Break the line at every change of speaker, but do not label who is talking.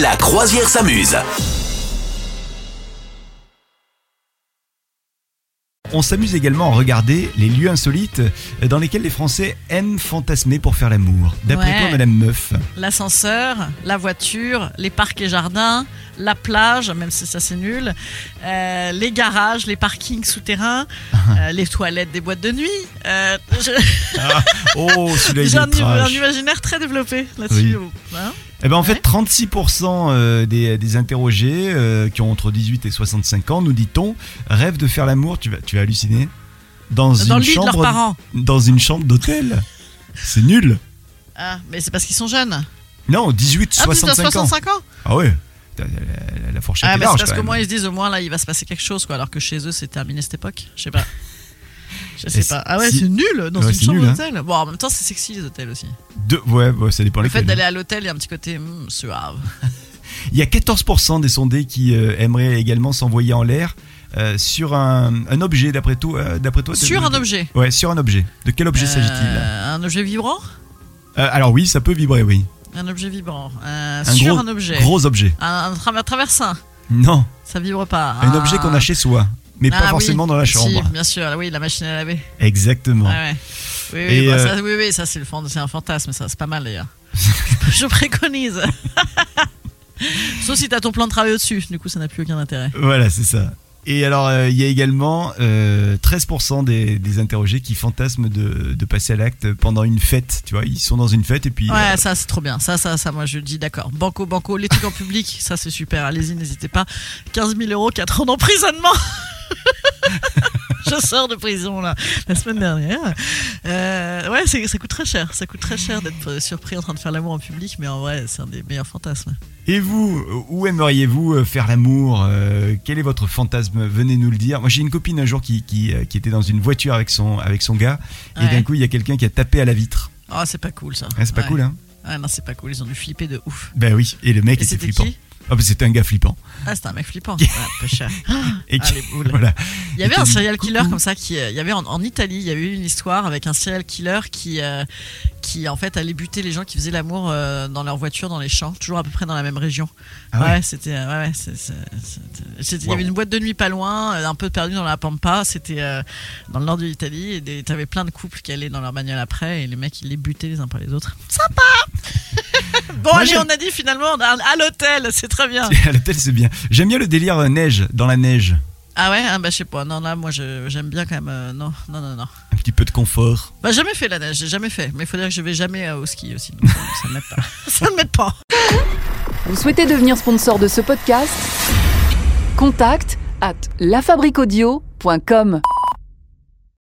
La croisière s'amuse.
On s'amuse également à regarder les lieux insolites dans lesquels les Français aiment fantasmer pour faire l'amour. D'après
Ouais.
toi, Madame Meuf
L'ascenseur, la voiture, les parcs et jardins, la plage, même si ça c'est nul, euh, les garages, les parkings souterrains, euh, les toilettes des boîtes de nuit. euh, je-
Oh, celui-là, il
J'ai
est
un, un
trash.
imaginaire très développé là-dessus.
Oui.
hein.
Eh ben, en
Ouais.
fait, 36% euh, des, des interrogés euh, qui ont entre 18 et 65 ans, nous dit-on, rêvent de faire l'amour, tu vas, tu vas halluciner, dans,
Dans
une
le lit de leurs
chambre
parents.
dans une chambre d'hôtel. C'est nul.
Ah, mais c'est parce qu'ils sont jeunes.
Non, 18,
Ah, plus de
65 ans.
65 ans
Ah ouais, la, la- la fourchette est
Ah, mais c'est
large
parce
quand
qu'au
même.
moins ils se disent au moins là il va se passer quelque chose quoi, alors que chez eux c'est terminé cette époque. Je sais pas. Je sais
Et
pas. Ah ouais,
si-
c'est nul dans
Ouais,
une
c'est
chambre
nul, hein.
d'hôtel. Bon, en même temps c'est sexy les hôtels aussi.
Deux- ouais, ouais, ça dépend
Le
lesquels. hein.
fait d'aller à l'hôtel, il y a un petit côté hmm, suave.
Il y a 14% des sondés qui euh, aimeraient également s'envoyer en l'air euh, sur un, un objet, d'après tout. euh, d'après toi, t'as-
Sur un objet.
Ouais, sur un objet. De quel objet s'agit-il
Euh, Un objet vibrant
Euh, Alors oui, ça peut vibrer, oui.
Un objet vibrant. Euh,
Un
sur
gros-
un objet.
Gros objet.
Un, un tra- un traversin.
Non,
Ça vibre pas.
un objet qu'on a chez soi, mais
Ah
pas
oui.
forcément dans la
Si,
chambre.
bien sûr, oui, la machine à laver.
Exactement.
Ah ouais. Oui, oui,
Et,
bah,
euh,
ça, oui, oui, ça c'est le fan- c'est un fantasme, ça c'est pas mal d'ailleurs. je préconise. Sauf si t'as ton plan de travail au-dessus, du coup ça n'a plus aucun intérêt.
Voilà, c'est ça. Et alors, euh, il y a également euh, 13% des, des interrogés qui fantasment de, de passer à l'acte pendant une fête. Tu vois, ils sont dans une fête et puis...
Ouais,
euh,
ça c'est trop bien. Ça, ça, ça, moi je dis d'accord. Banco, banco, les trucs en public, ça c'est super. Allez-y, n'hésitez pas. 15 000 euros, 4 ans d'emprisonnement. je sors de prison là, la semaine dernière. Euh, ouais, c'est- ça coûte très cher. Ça coûte très cher d'être euh, surpris en train de faire l'amour en public, mais en vrai, c'est un des meilleurs fantasmes.
Et vous, euh, où aimeriez-vous euh, faire l'amour Euh, Quel est votre fantasme Venez nous le dire. Moi, j'ai une copine un jour qui, qui, euh, qui était dans une voiture avec son, avec son gars, et
Ouais.
d'un coup, il y a quelqu'un qui a tapé à la vitre.
Ah, c'est pas cool ça.
Hein, c'est pas
Ouais.
cool, hein
Ah non, c'est pas cool, ils ont dû flipper de ouf.
Ben oui, et le mec
Et
était
c'était
flippant.
qui
Ah, ben, c'était un gars flippant.
Ah, c'était un mec flippant. Ouais, peu cher.
Et
Ah,
qui-
les boules.
voilà.
Il y avait
Et
un
t'as
serial killer
coucou.
comme ça qui, euh, il y avait en, en Italie, il y avait eu une histoire avec un serial killer qui, euh, qui en fait allait buter les gens qui faisaient l'amour euh, dans leur voiture, dans les champs, toujours à peu près dans la même région.
Ah ouais.
ouais, c'était, euh, ouais, ouais, c'est- c'est- c'était- c'était- il y
Wow.
avait une boîte de nuit pas loin, euh, un peu perdue dans la pampa, c'était euh, dans le nord de l'Italie et des- t'avais plein de couples qui allaient dans leur bagnole après et les mecs ils les butaient les uns par les autres. Sympa. bon
Moi,
allez,
j'aime-
on a dit finalement on a- à l'hôtel, c'est très bien.
À l'hôtel, c'est bien. J'aime bien le délire euh, neige, dans la neige.
Ah ouais, ah bah je sais pas. Non là, moi je- j'aime bien quand même. euh, non, non, non, non.
Un petit peu de confort.
Bah jamais fait la neige, j'ai jamais fait. Mais il faut dire que je vais jamais euh, au ski aussi. donc, euh, ça ne m'aide pas. Ça ne m'aide pas.
Vous souhaitez devenir sponsor de ce podcast Contact à lafabriquaudio.com.